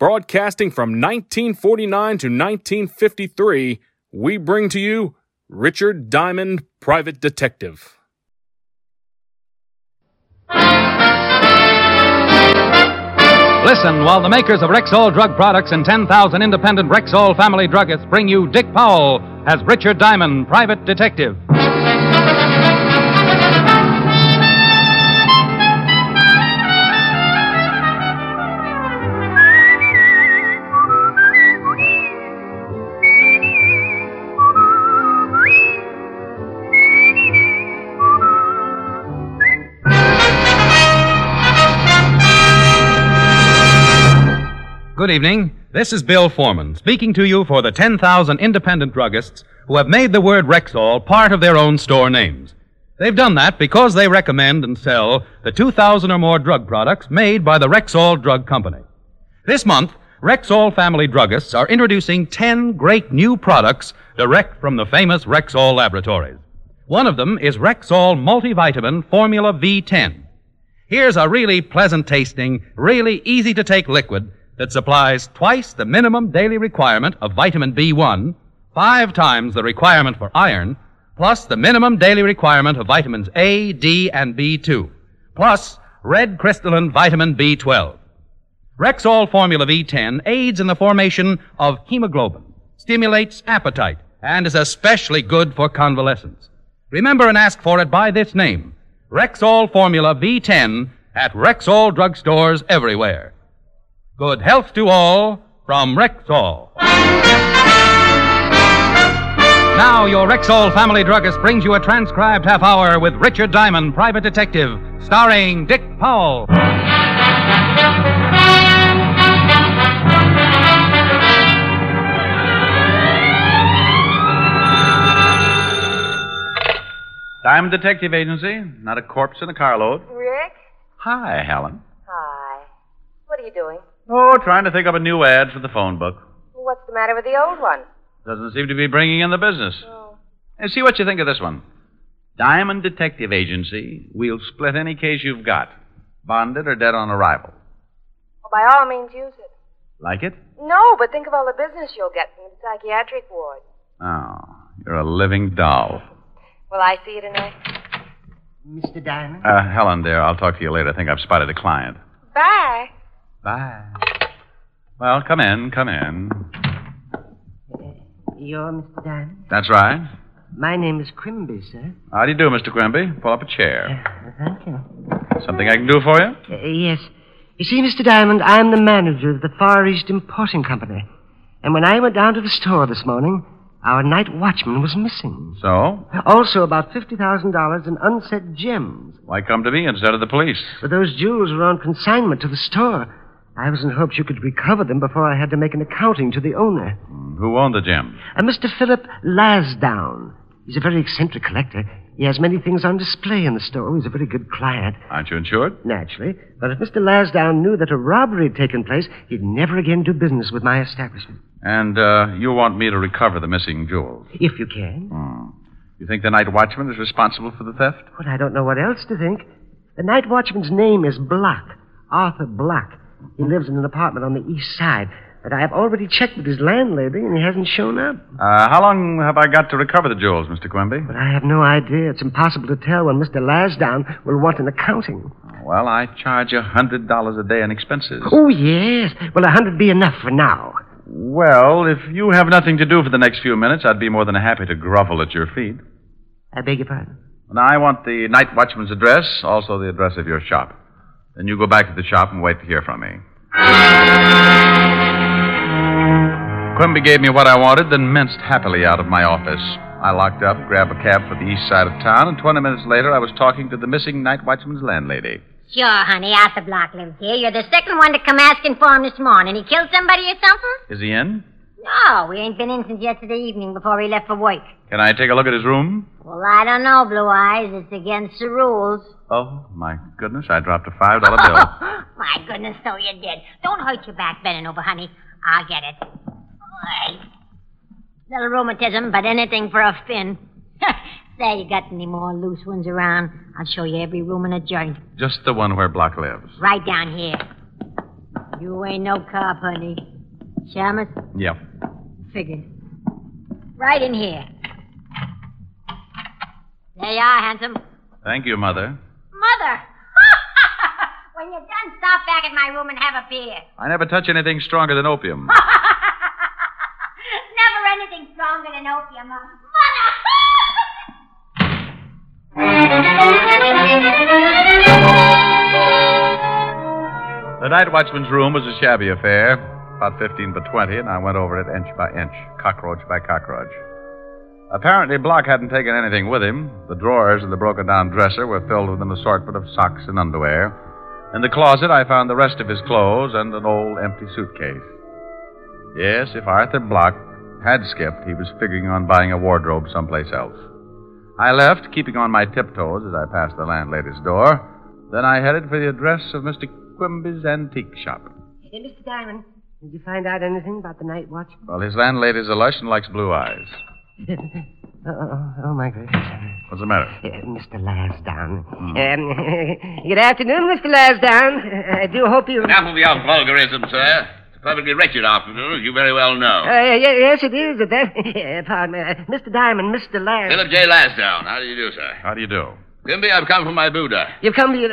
broadcasting from 1949 to 1953, we bring to you Richard Diamond, Private Detective. Listen while the makers of Rexall drug products and 10,000 independent Rexall family druggists bring you Dick Powell as Richard Diamond, private detective. Good evening. This is Bill Foreman speaking to you for the 10,000 independent druggists who have made the word Rexall part of their own store names. They've done that because they recommend and sell the 2,000 or more drug products made by the Rexall Drug Company. This month, Rexall family druggists are introducing 10 great new products direct from the famous Rexall laboratories. One of them is Rexall multivitamin formula V10. Here's a really pleasant tasting, really easy to take liquid that supplies twice the minimum daily requirement of vitamin B1, five times the requirement for iron, plus the minimum daily requirement of vitamins A, D, and B2, plus red crystalline vitamin B12. Rexall Formula V10 aids in the formation of hemoglobin, stimulates appetite, and is especially good for convalescents. Remember and ask for it by this name Rexall Formula V10 at Rexall drugstores everywhere. Good health to all from Rexall. Now, your Rexall family druggist brings you a transcribed half hour with Richard Diamond, private detective, starring Dick Powell. Diamond Detective Agency. Not a corpse in a carload. Rick? Hi, Helen. Hi. What are you doing? Oh, trying to think up a new ad for the phone book. What's the matter with the old one? Doesn't seem to be bringing in the business. Oh. And see what you think of this one. Diamond Detective Agency. We'll split any case you've got, bonded or dead on arrival. Well, by all means, use it. Like it? No, but think of all the business you'll get from the psychiatric ward. Oh, you're a living doll. Will I see you tonight? Mr. Diamond? Uh, Helen, dear, I'll talk to you later. I think I've spotted a client. Bye. Bye. Well, come in, come in. You're Mr. Diamond? That's right. My name is Quimby, sir. How do you do, Mr. Quimby? Pull up a chair. Thank you. Something I can do for you? Uh, yes. You see, Mr. Diamond, I'm the manager of the Far East Importing Company. And when I went down to the store this morning, our night watchman was missing. So, Also, about $50,000 in unset gems. why come to me instead of the police? But those jewels were on consignment to the store. I was in hopes you could recover them before I had to make an accounting to the owner. Who owned the gym? A Mr. Philip Lasdown. He's a very eccentric collector. He has many things on display in the store. He's a very good client, Aren't you insured? naturally. But if Mr. Lasdown knew that a robbery had taken place, he'd never again do business with my establishment. And uh, you want me to recover the missing jewels. If you can. You think the night watchman is responsible for the theft? But I don't know what else to think. The night watchman's name is Block, Arthur Block. He lives in an apartment on the east side. But I have already checked with his landlady, and he hasn't shown up. Uh, how long have I got to recover the jewels, Mr. Quimby? But I have no idea. It's impossible to tell when Mr. Lasdown will want an accounting. Well, I charge a hundred dollars a day in expenses. Oh, yes. Will a hundred be enough for now? Well, if you have nothing to do for the next few minutes, I'd be more than happy to grovel at your feet. I beg your pardon. Now, I want the night watchman's address, also the address of your shop. Then you go back to the shop and wait to hear from me. Quimby gave me what I wanted, then minced happily out of my office. I locked up, grabbed a cab for the east side of town, and 20 minutes later I was talking to the missing night watchman's landlady. Sure, honey. Arthur Block lives here. You're the second one to come asking for him this morning. He killed somebody or something? Is he in? No, we ain't been in since yesterday evening before he left for work. Can I take a look at his room? Well, I don't know, Blue Eyes. It's against the rules. Oh, my goodness, I dropped a $5 bill. My goodness, so you did. Don't hurt your back bending over, honey. I'll get it. Boy. Little rheumatism, but anything for a fin. Say, you got any more loose ones around? I'll show you every room in a joint. Just the one where Block lives. Right down here. You ain't no cop, honey. Shamus, Yep. figured. Right in here. There you are, handsome. Thank you, Mother. Mother! when you're done, stop back at my room and have a beer. I never touch anything stronger than opium. Never anything stronger than opium. Uh, Mother! The night watchman's room was a shabby affair, about 15 by 20, and I went over it inch by inch, cockroach by cockroach. Apparently, Block hadn't taken anything with him. The drawers in the broken down dresser were filled with an assortment of socks and underwear. In the closet, I found the rest of his clothes and an old empty suitcase. Yes, if Arthur Block had skipped, he was figuring on buying a wardrobe someplace else. I left, keeping on my tiptoes as I passed the landlady's door. Then I headed for the address of Mr. Quimby's antique shop. Hey, Mr. Diamond, did you find out anything about the night watchman? Well, his landlady's a lush and likes blue eyes. Oh, oh, oh, my gracious. What's the matter? Uh, Mr. Lansdowne. Hmm. Um, good afternoon, Mr. Lansdowne. I do hope you. uh, Enough of your vulgarism, sir. It's a perfectly wretched afternoon, as you very well know. Uh, ye- yes, it is. At that, Yeah, pardon me, uh, Mr. Diamond, Mr. Last. Philip J. Lansdowne, how do you do, sir? How do you do? Gimby, I've come from my Buddha. You've come to your.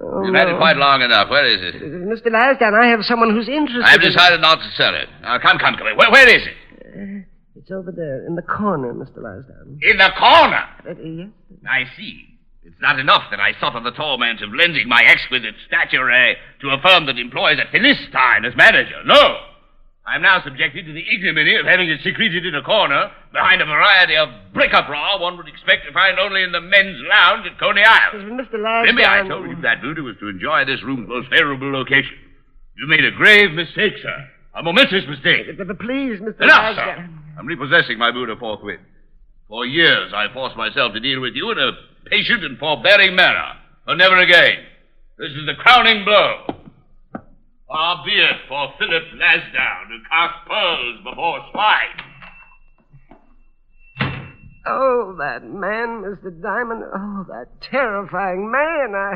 Oh, You've had no. it quite long enough. Where is it? Mr. Lansdowne, I have someone who's interested. I've in- decided not to sell it. Now, come, come, come. Where, where is it? It's over there in the corner, Mr. Lansdowne. In the corner. Uh, yes? I see. It's not enough that I suffer the torments of lending my exquisite stature eh, to a firm that employs a Philistine as manager. No! I'm now subjected to the ignominy of having it secreted in a corner behind a variety of bric-a-brac one would expect to find only in the men's lounge at Coney Island. Mr. Lansdowne. Remember, I told you that Voodoo was to enjoy this room's most favorable location. You made a grave mistake, sir. A momentous mistake. But- but Please, Mr. Enough, sir. Lansdowne. I'm repossessing my Buddha forthwith. For years, I forced myself to deal with you in a patient and forbearing manner. But never again. This is the crowning blow. Far be it for Philip Lasdown to cast pearls before swine. Oh, that man, Mr. Diamond. Oh, that terrifying man. I,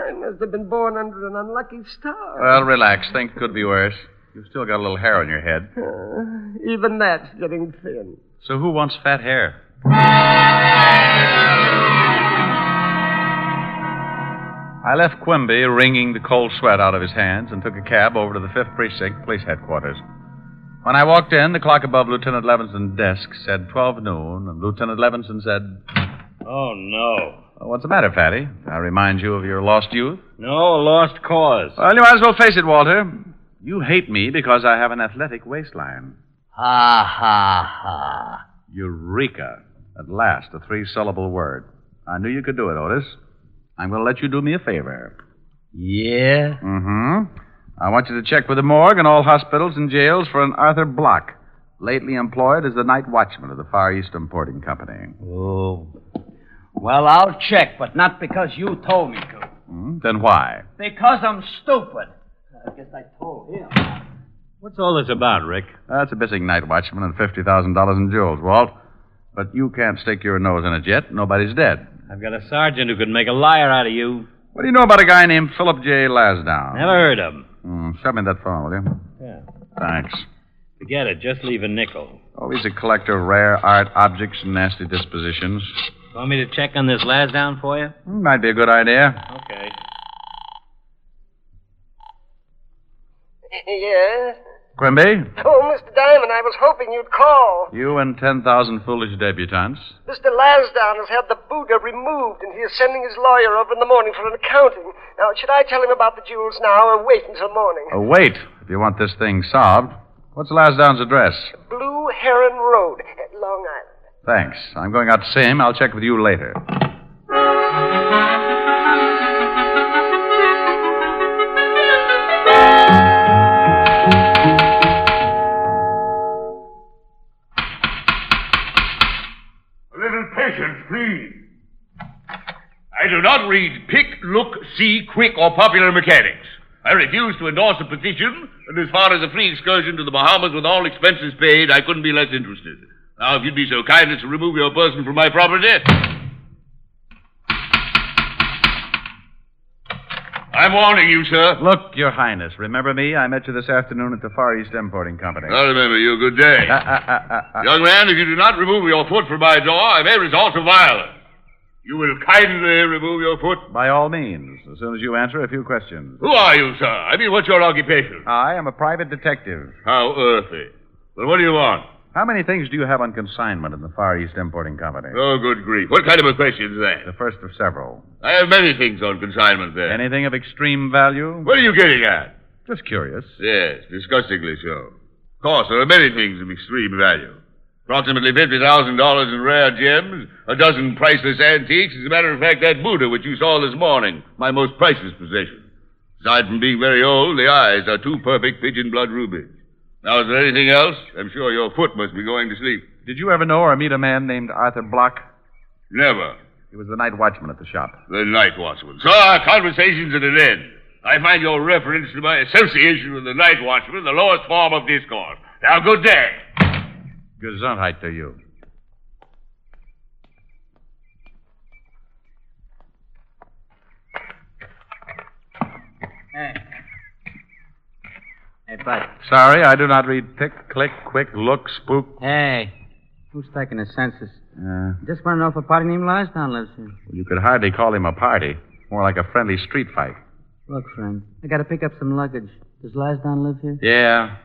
I must have been born under an unlucky star. Well, relax. Things could be worse. You've still got a little hair on your head. Uh, even that's getting thin. So who wants fat hair? I left Quimby wringing the cold sweat out of his hands and took a cab over to the 5th Precinct Police Headquarters. When I walked in, the clock above Lieutenant Levinson's desk said 12 noon, and Lieutenant Levinson said, Oh, no. What's the matter, Fatty? I remind you of your lost youth? No, a lost cause. Well, you might as well face it, Walter. You hate me because I have an athletic waistline. Ha, ha, ha. Eureka. At last, a three syllable word. I knew you could do it, Otis. I'm going to let you do me a favor. Yeah? Mm hmm. I want you to check with the morgue and all hospitals and jails for an Arthur Block, lately employed as the night watchman of the Far Eastern Porting Company. Oh. Well, I'll check, but not because you told me to. Hmm? Then why? Because I'm stupid. I guess I told him. What's all this about, Rick? That's a missing night watchman and $50,000 in jewels, Walt. But you can't stick your nose in it yet. Nobody's dead. I've got a sergeant who could make a liar out of you. What do you know about a guy named Philip J. Lasdown? Never heard of him. Hmm, shove me that phone, will you? Yeah. Thanks. Forget it. Just leave a nickel. Oh, he's a collector of rare art objects and nasty dispositions. Hmm, Want me to check on this Lasdown for you? Might be a good idea. Okay. Yes? Quimby, Oh, Mr. Diamond, I was hoping you'd call. you and 10,000 foolish debutantes. Mr. Lansdowne has had the Buddha removed, and he is sending his lawyer over in the morning for an accounting. Now, should I tell him about the jewels now or wait until morning? Oh, wait, if you want this thing solved. What's Lasdown's address? Blue Heron Road at Long Island. Thanks. I'm going out to see him. I'll check with you later. do not read pick, look, see, quick, or popular mechanics. I refuse to endorse a petition, and as far as a free excursion to the Bahamas with all expenses paid, I couldn't be less interested. Now, if you'd be so kind as to remove your person from my property. I'm warning you, sir. Look, Your Highness, remember me? I met you this afternoon at the Far East Importing Company. I remember you. Good day. Ah, ah, ah, ah, ah. Young man, if you do not remove your foot from my door, I may resort to violence. You will kindly remove your foot. By all means, as soon as you answer a few questions. Who are you, sir? I mean, what's your occupation? I am a private detective. Uh, How earthy. Well, what do you want? How many things do you have on consignment in the Far East Importing Company? Oh, good grief. What kind of a question is The that? first of several. I have many things on consignment there. Anything of extreme value? What are you getting at? Just curious. Yes, disgustingly so. Of course, there are many things of extreme value. Approximately $50,000 in rare gems, a dozen priceless antiques. As a matter of fact, that Buddha which you saw this morning, my most priceless possession. Aside from being very old, the eyes are two perfect pigeon blood rubies. Now, is there anything else? I'm sure your foot must be going to sleep. Did you ever know or meet a man named Arthur Block? Never. He was the night watchman at the shop. The night watchman. So our conversation's at an end. I find your reference to my association with the night watchman the lowest form of discord. Now, good day. Gesundheit to you. Hey. Hey, bud. Sorry, I do not read pick, click, quick, look, spook. Hey, who's taking the census? Uh, Just want to know if a party named Larsdown lives here. you could hardly call him a party. More like a friendly street fight. Look, friend, I gotta pick up some luggage. Does Larsdown live here? Yeah,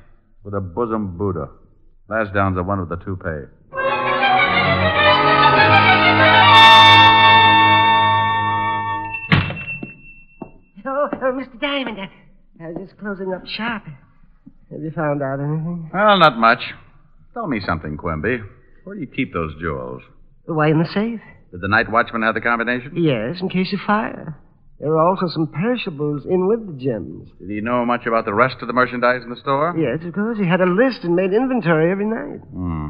with a bosom Buddha. Last down's the one with the toupee. Oh, oh, Mr. Diamond, I, I was just closing up shop. Have you found out anything? Well, not much. Tell me something, Quimby. Where do you keep those jewels? Why, in the safe? Did the night watchman have the combination? Yes, in case of fire. There are also some perishables in with the gems. Did he know much about the rest of the merchandise in the store? Yes, of course. He had a list and made inventory every night. Hmm.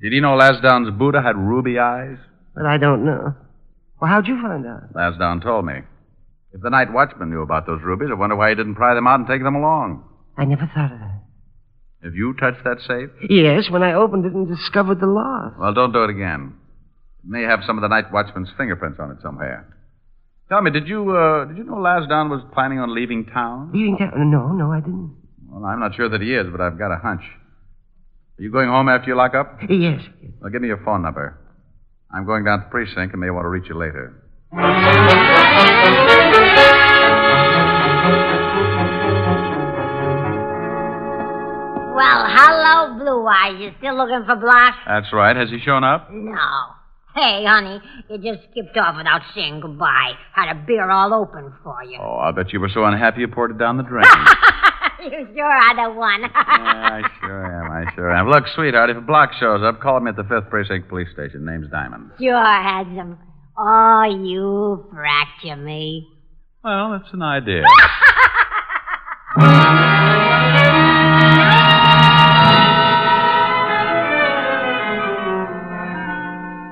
Did he know Lasdown's Buddha had ruby eyes? But I don't know. Well, how'd you find out? Lasdown told me. If the night watchman knew about those rubies, I wonder why he didn't pry them out and take them along. I never thought of that. Have you touched that safe? Yes, when I opened it and discovered the loss. Well, don't do it again. It may have some of the night watchman's fingerprints on it somewhere. Tell me, did you uh, did you know Lasdown was planning on leaving town? Leaving town? No, no, I didn't. Well, I'm not sure that he is, but I've got a hunch. Are you going home after you lock up? Yes. Well, give me your phone number. I'm going down to the precinct and may want to reach you later. Well, hello, Blue Eyes. You still looking for Block? That's right. Has he shown up? No. Hey, honey, you just skipped off without saying goodbye. Had a beer all open for you. Oh, I bet you were so unhappy you poured it down the drain. you sure are the one. yeah, I sure am. I sure am. Look, sweetheart, if Block shows up, call me at the 5th Precinct Police Station. Name's Diamond. sure, handsome. Oh, you fracture me. Well, that's an idea.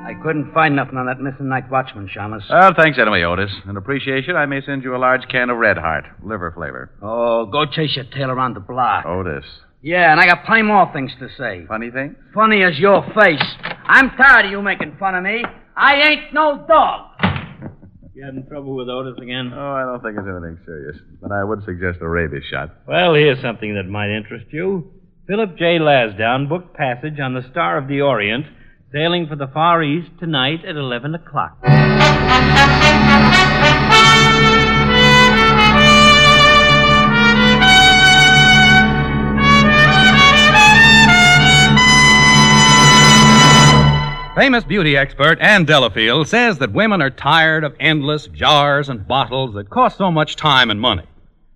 I couldn't find nothing on that missing night watchman, Shamus. Well, thanks anyway, Otis. In appreciation, I may send you a large can of Red Heart, liver flavor. oh, go chase your tail around the block. Otis. Yeah, and I got plenty more things to say. Funny thing? Funny as your face. I'm tired of you making fun of me. I ain't no dog. You having trouble with Otis again? Oh, I don't think it's anything serious, but I would suggest a rabies shot. Well, here's something that might interest you. Philip J. Lasdown booked passage on the Star of the Orient, sailing for the Far East tonight at 11 o'clock. Famous beauty expert Ann Delafield says that women are tired of endless jars and bottles that cost so much time and money.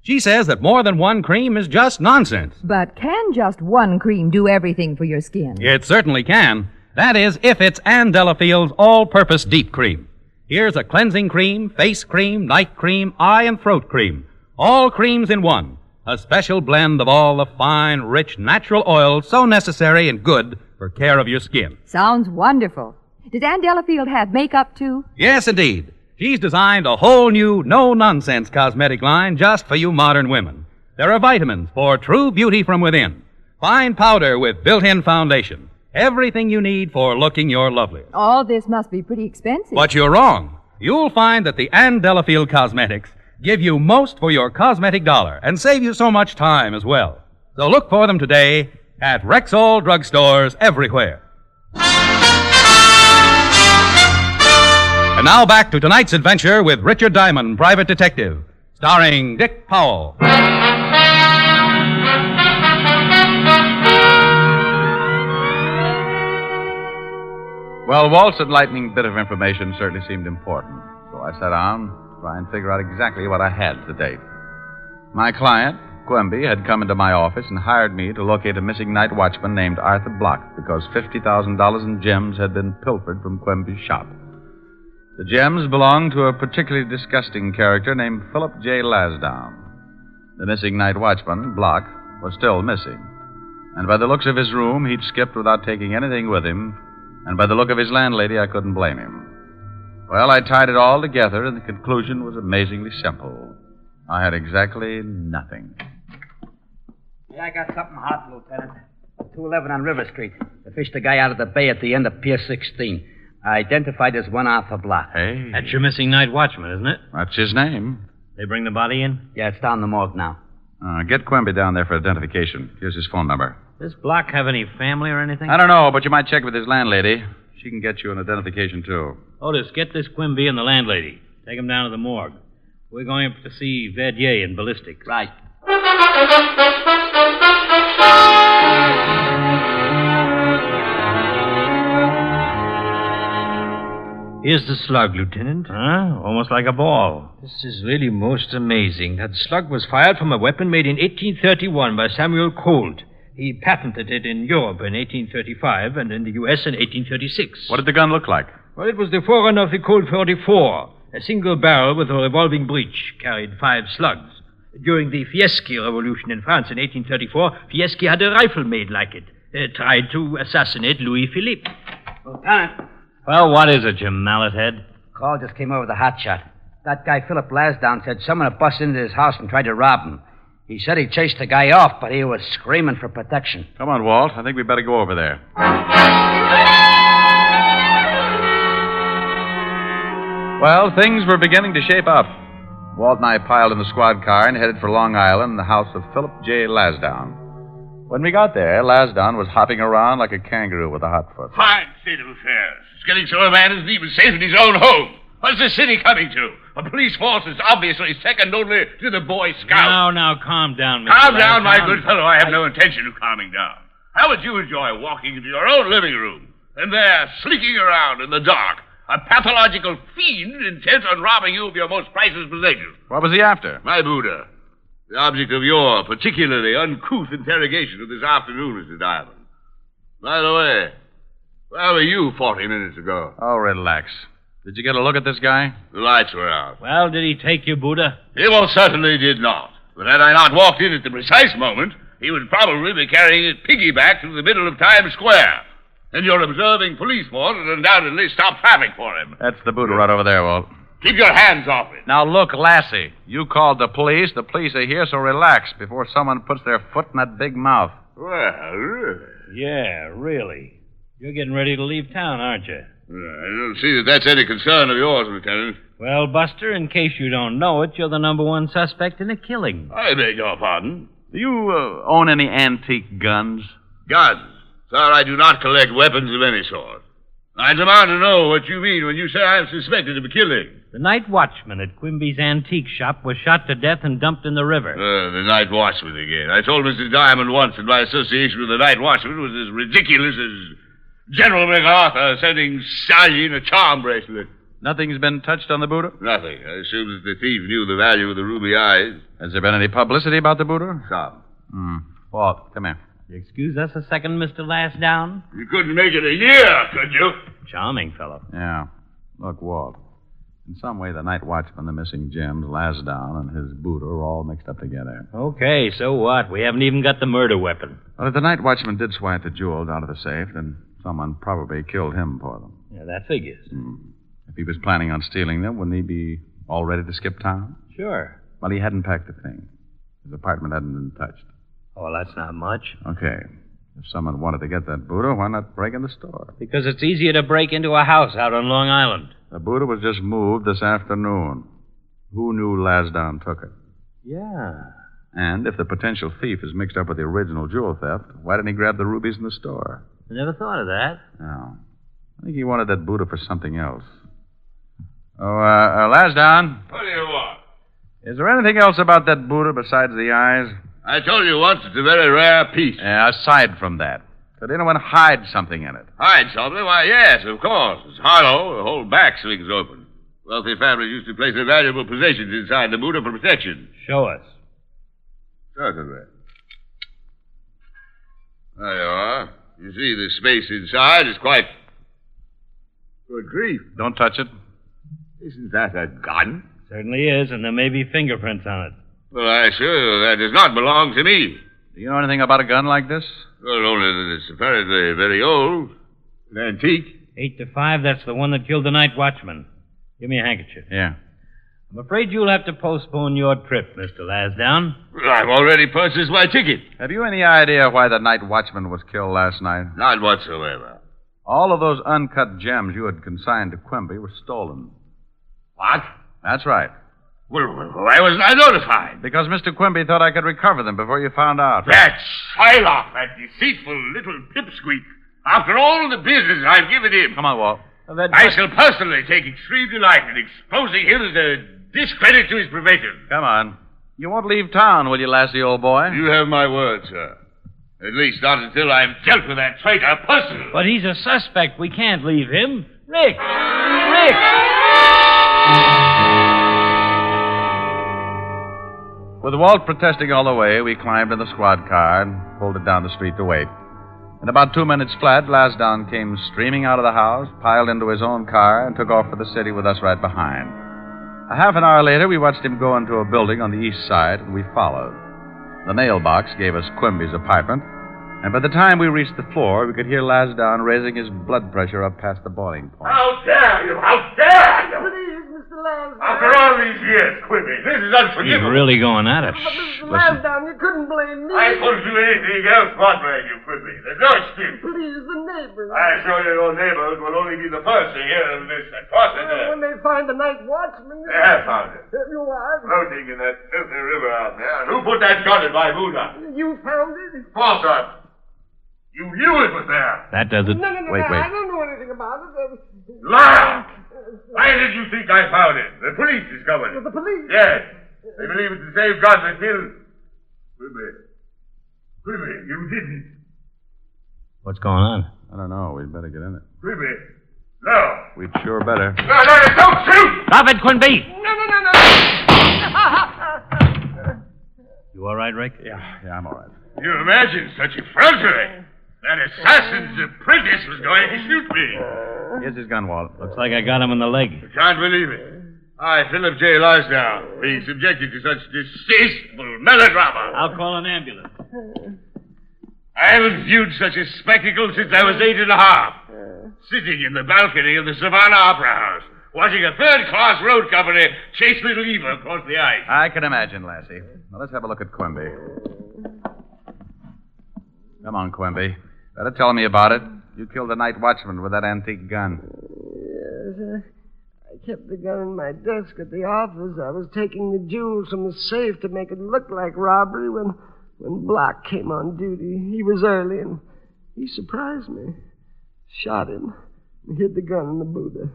She says that more than one cream is just nonsense. But can just one cream do everything for your skin? It certainly can. That is, if it's Ann Delafield's all purpose deep cream. Here's a cleansing cream, face cream, night cream, eye and throat cream. All creams in one. A special blend of all the fine, rich, natural oils so necessary and good for care of your skin. Sounds wonderful. Does Ann Delafield have makeup too? Yes, indeed. She's designed a whole new, no nonsense cosmetic line just for you modern women. There are vitamins for true beauty from within, fine powder with built in foundation, everything you need for looking your loveliest. All this must be pretty expensive. But you're wrong. You'll find that the Ann Delafield Cosmetics give you most for your cosmetic dollar and save you so much time as well. So look for them today at Rexall drugstores everywhere. And now back to tonight's adventure with Richard Diamond, Private Detective, starring Dick Powell. Well, Walt's enlightening bit of information certainly seemed important, so I sat down to try and figure out exactly what I had to date. My client, Quimby, had come into my office and hired me to locate a missing night watchman named Arthur Block because $50,000 in gems had been pilfered from Quimby's shop. The gems belonged to a particularly disgusting character named Philip J. Lasdown. The missing night watchman, Block, was still missing. And by the looks of his room, he'd skipped without taking anything with him, and by the look of his landlady, I couldn't blame him. Well, I tied it all together, and the conclusion was amazingly simple. I had exactly nothing. Yeah, I got something hot, Lieutenant. 211 on River Street. They fished a guy out of the bay at the end of Pier 16. Identified as one Arthur Block. Hey. That's your missing night watchman, isn't it? That's his name. They bring the body in? Yeah, it's down the morgue now. Uh, get Quimby down there for identification. Here's his phone number. Does Block have any family or Uh, anything? I don't know, but you might check with his landlady. She can get you an identification, too. Otis, get this Quimby and the landlady. Take 'em down to the morgue. We're going up to see Verdier in ballistics. Right. Here's the slug, Lieutenant. Huh? Almost like a ball. This is really most amazing. That slug was fired from a weapon made in 1831 by Samuel Colt. He patented it in Europe in 1835 and in the U.S. in 1836. What did the gun look like? Well, it was the forerunner of the Colt 44, a single barrel with a revolving breech, carried five slugs. During the Fieschi Revolution in France in 1834, Fieschi had a rifle made like it, uh, tried to assassinate Louis Philippe. Lieutenant, Well, what is it, you mallet head? call just came over the hot shot. That guy, Philip Lasdown, said someone had busted into his house and tried to rob him. He said he chased the guy off, but he was screaming for protection. Come on, Walt. I think we better go over there. Well, things were beginning to shape up. Walt and I piled in the squad car and headed for Long Island, the house of Philip J. Lasdown. When we got there, Lasdown was hopping around like a kangaroo with a hot foot. Fine state of affairs. It's getting so a man isn't even safe in his own home. What's the city coming to? A police force is obviously second only to the Boy Scout. Now, now, calm down, Mr. Calm down, Lasdown. my good fellow. I have no intention of calming down. How would you enjoy walking into your own living room and there, slinking around in the dark, a pathological fiend intent on robbing you of your most priceless possession? What was he after? My Buddha, the object of your particularly uncouth interrogation of this afternoon, Mr. Diamond. By the way, where were you 40 minutes ago? Oh, relax. Did you get a look at this guy? The lights were out. Well, did he take you, Buddha? He most certainly did not. But had I not walked in at the precise moment, he would probably be carrying his piggyback through the middle of Times Square. And your observing police force would undoubtedly stop traffic for him. That's the Buddha right over there, Walt. Keep your hands off it. Now look, Lassie. You called the police. The police are here, so relax before someone puts their foot in that big mouth. Well, really. Yeah, really. You're getting ready to leave town, aren't you? I don't see that that's any concern of yours, Lieutenant. Well, Buster, in case you don't know it, you're the number one suspect in a killing. I beg your pardon. Do you uh, own any antique guns? Guns. Sir, I do not collect weapons of any sort. I demand to know what you mean when you say I'm suspected of killing. The night watchman at Quimby's antique shop was shot to death and dumped in the river. Uh, the night watchman again. I told Mr. Diamond once that my association with the night watchman was as ridiculous as General MacArthur sending Sally in a charm bracelet. Nothing's been touched on the Buddha? Nothing. I assume that the thief knew the value of the ruby eyes. Has there been any publicity about the Buddha? Some. Hmm. Walt, come here. You excuse us a second, Mr. Lastdown? You couldn't make it a year, could you? Charming fellow. Yeah. Look, Walt. In some way, the night watchman, the missing gems, Lasdown, and his Buddha are all mixed up together. Okay, so what? We haven't even got the murder weapon. Well, if the night watchman did swipe the jewels out of the safe, then someone probably killed him for them. Yeah, that figures. Hmm. If he was planning on stealing them, wouldn't he be all ready to skip town? Sure. Well, he hadn't packed a thing. His apartment hadn't been touched. Oh, well, that's not much. Okay. If someone wanted to get that Buddha, why not break in the store? Because it's easier to break into a house out on Long Island. The Buddha was just moved this afternoon. Who knew Lasdown took it? Yeah. And if the potential thief is mixed up with the original jewel theft, why didn't he grab the rubies in the store? I never thought of that. No. I think he wanted that Buddha for something else. Oh, uh, uh Lasdown, What do you want? is there anything else about that Buddha besides the eyes? I told you once it's a very rare piece. Yeah, aside from that, could anyone hide something in it? Hide something? Why, yes, of course. It's hollow. The whole back swings open. Wealthy families used to place their valuable possessions inside the Buddha for protection. Show us. Certainly. There you are. You see, the space inside is quite. Good grief. Don't touch it. Isn't that a gun? Certainly is, and there may be fingerprints on it. Well, I assure you, that does not belong to me. Do you know anything about a gun like this? Well, only that it's apparently very old, an antique. Eight to five, that's the one that killed the night watchman. Give me a handkerchief. Yeah. I'm afraid you'll have to postpone your trip, Mr. Lasdown. Well, I've already purchased my ticket. Have you any idea why the night watchman was killed last night? None whatsoever. All of those uncut gems you had consigned to Quimby were stolen. What? That's right. Well, well, why wasn't I notified? Because Mr. Quimby thought I could recover them before you found out. That Shylock, that deceitful little pipsqueak. After all the business I've given him. Come on, Walt. I shall personally take extreme delight in exposing him as a discredit to his profession. Come on. You won't leave town, will you, Lassie, old boy? You have my word, sir. At least not until I've dealt with that traitor personally. But he's a suspect. We can't leave him. Rick! Rick! With Walt protesting all the way, we climbed in the squad car and pulled it down the street to wait. In about two minutes flat, Lasdown came streaming out of the house, piled into his own car, and took off for the city with us right behind. A half an hour later, we watched him go into a building on the east side, and we followed. The mailbox gave us Quimby's apartment, and by the time we reached the floor, we could hear Lasdown raising his blood pressure up past the boiling point. How dare you? How dare you? Please, Mr. Lansdowne. After all these years, Quimby, this is He's unforgivable. really going at us. Mr. Lansdowne, you couldn't blame me. I couldn't do anything else but blame you, Quimby. There's no excuse. Please, the neighbors. I assure you, your neighbors will only be the first to hear of this Well, when atrocity. they find the night watchman. They have found it. You are. Floating in that filthy river out there. And who put that gun in my Buddha? You found it? Falsehood. You knew it was there. That does No, it. no, no, Wait, no, wait. I don't know anything about it. Liar! Why did you think I found it? The police discovered it. With the police. Yes. They believe it's the same gun that killed. Quimby. Quimby, you didn't. What's going on? I don't know. We'd better get in it. Quimby. No. We'd sure better. No, no, no, don't shoot! Stop it, Quimby! No, no, no, no. You all right, Rick? Yeah, yeah, I'm all right. You imagine such effrontery? That assassin's apprentice was going to shoot me. Here's his gun, Walt. Looks like I got him in the leg. I can't believe it. I, Philip J. Larsdown, being subjected to such distasteful melodrama. I'll call an ambulance. I haven't viewed such a spectacle since I was eight and a half. Sitting in the balcony of the Savannah Opera House, watching a third-class road company chase Little Eva across the ice. I can imagine, Lassie. Now let's have a look at Quimby. Come on, Quimby. Better tell me about it. You killed the night watchman with that antique gun. Yes, uh, I- I kept the gun in my desk at the office. I was taking the jewels from the safe to make it look like robbery when when Block came on duty. He was early and he surprised me. Shot him and hid the gun in the Buddha.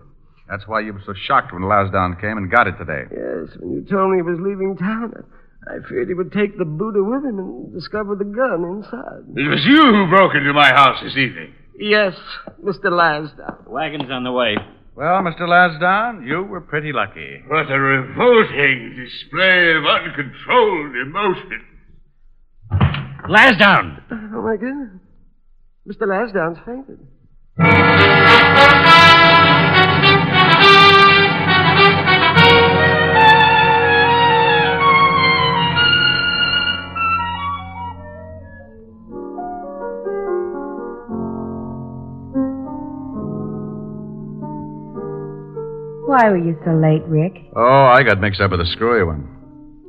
That's why you were so shocked when Lasdown came and got it today. Yes, when you told me he was leaving town, I- I feared he would take the Buddha with him and discover the gun inside. It was you who broke into my house this evening. Yes, Mr. Lansdowne. Wagon's on the way. Well, Mr. Lasdown, you were pretty lucky. What a revolting display of uncontrolled emotion. Lasdown! Oh, my goodness. Mr. Lansdowne's fainted. Why were you so late, Rick? Oh, I got mixed up with a screwy one.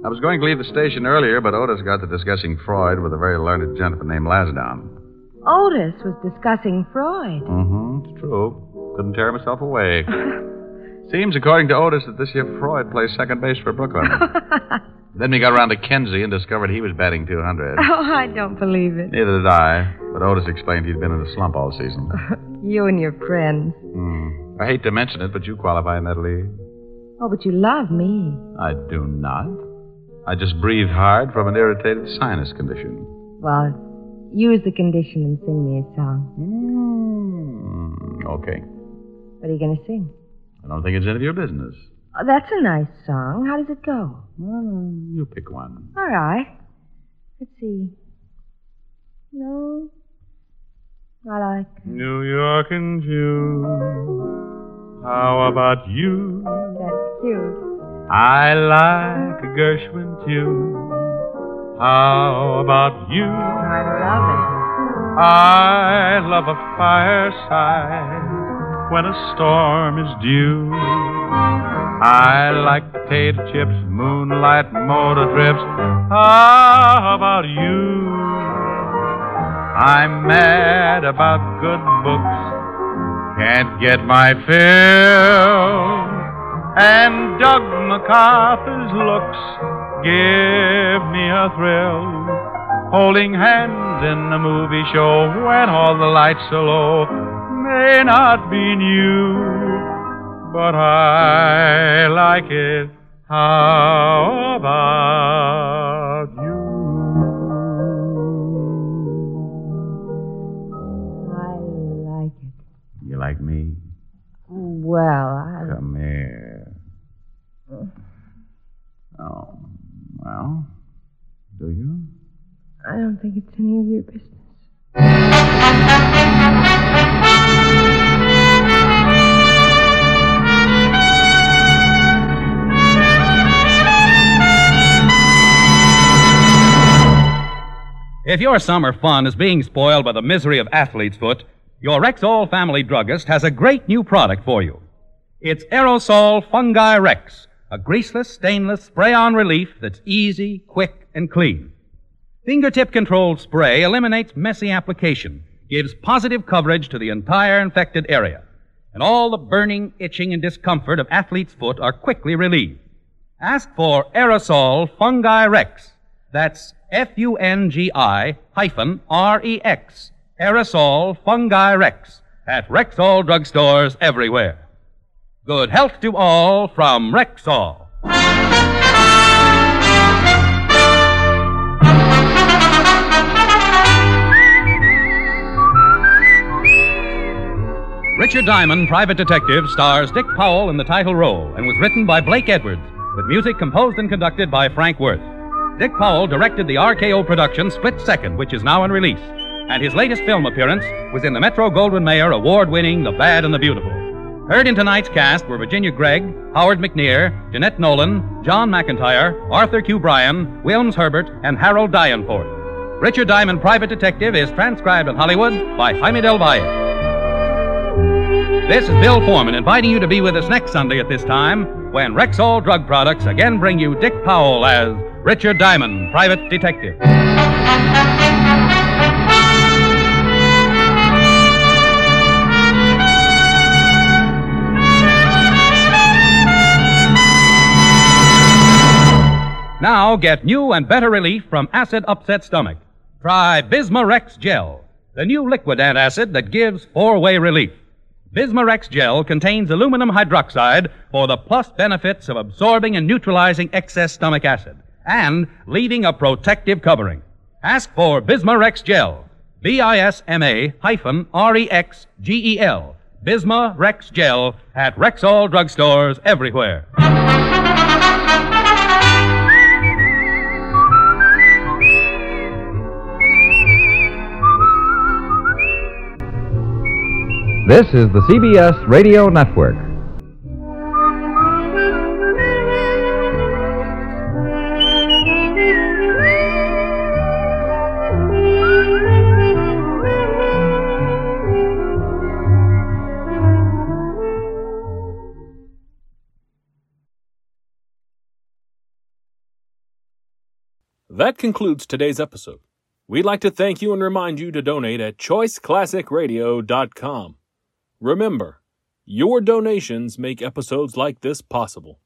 I was going to leave the station earlier, but Otis got to discussing Freud with a very learned gentleman named Lasdown. Otis was discussing Freud. Mm-hmm. It's true. Couldn't tear myself away. Seems, according to Otis, that this year Freud plays second base for Brooklyn. then we got around to Kenzie and discovered he was batting 200. Oh, I don't believe it. Neither did I, but Otis explained he'd been in a slump all season. You and your friends. Hmm. I hate to mention it, but you qualify in that league. Oh, but you love me. I do not. I just breathe hard from an irritated sinus condition. Well, use the condition and sing me a song. Hmm, Okay. What are you going to sing? I don't think it's any of your business. Oh, that's a nice song. How does it go? You pick one. All right. Let's see. No. I like. New York in June. How about you? That's cute. I like a Gershwin tune. How about you? I love it. I love a fireside when a storm is due. I like potato chips, moonlight motor trips. How about you? I'm mad about good books. Can't get my fill. And Doug MacArthur's looks give me a thrill. Holding hands in a movie show when all the lights are low may not be new, but I like it. How about I like it. You like me? Well, I. Come here. Oh, well, do you? I don't think it's any of your business. If your summer fun is being spoiled by the misery of athlete's foot, your Rexall family druggist has a great new product for you. It's Aerosol Fungi Rex, a greaseless, stainless spray on relief that's easy, quick, and clean. Fingertip controlled spray eliminates messy application, gives positive coverage to the entire infected area, and all the burning, itching, and discomfort of athlete's foot are quickly relieved. Ask for Aerosol Fungi Rex. That's F U N G I hyphen R E X. Aerosol Fungi Rex at Rexall drugstores everywhere. Good health to all from Rexall. Richard Diamond, Private Detective, stars Dick Powell in the title role and was written by Blake Edwards, with music composed and conducted by Frank Worth. Dick Powell directed the RKO production Split Second, which is now in release, and his latest film appearance was in the Metro Goldwyn Mayer award winning The Bad and the Beautiful. Heard in tonight's cast were Virginia Gregg, Howard McNear, Jeanette Nolan, John McIntyre, Arthur Q. Bryan, Wilms Herbert, and Harold Dianforth. Richard Diamond, Private Detective, is transcribed in Hollywood by Jaime Del Valle. This is Bill Foreman inviting you to be with us next Sunday at this time when Rexall Drug Products again bring you Dick Powell as Richard Diamond, Private Detective. Now get new and better relief from acid upset stomach. Try Bismarex Gel, the new liquid antacid that gives four way relief. Bismarex gel contains aluminum hydroxide for the plus benefits of absorbing and neutralizing excess stomach acid and leaving a protective covering. Ask for Bismarex gel. B I S M A hyphen R E X G E L. Bismarex gel at Rexall drugstores everywhere. This is the CBS Radio Network. That concludes today's episode. We'd like to thank you and remind you to donate at choiceclassicradio.com. Remember, your donations make episodes like this possible.